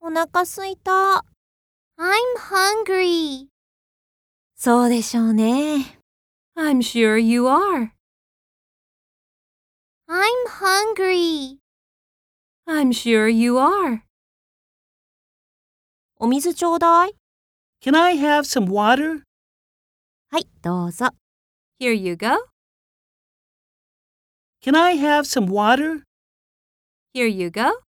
なかすいた。 I'm hungry. そうでしょうね。 I'm sure you are. I'm hungry. I'm sure you are. お水ちょうだい。 Can I have some water? はい、どうぞ。 Here you go. Can I have some water? Here you go.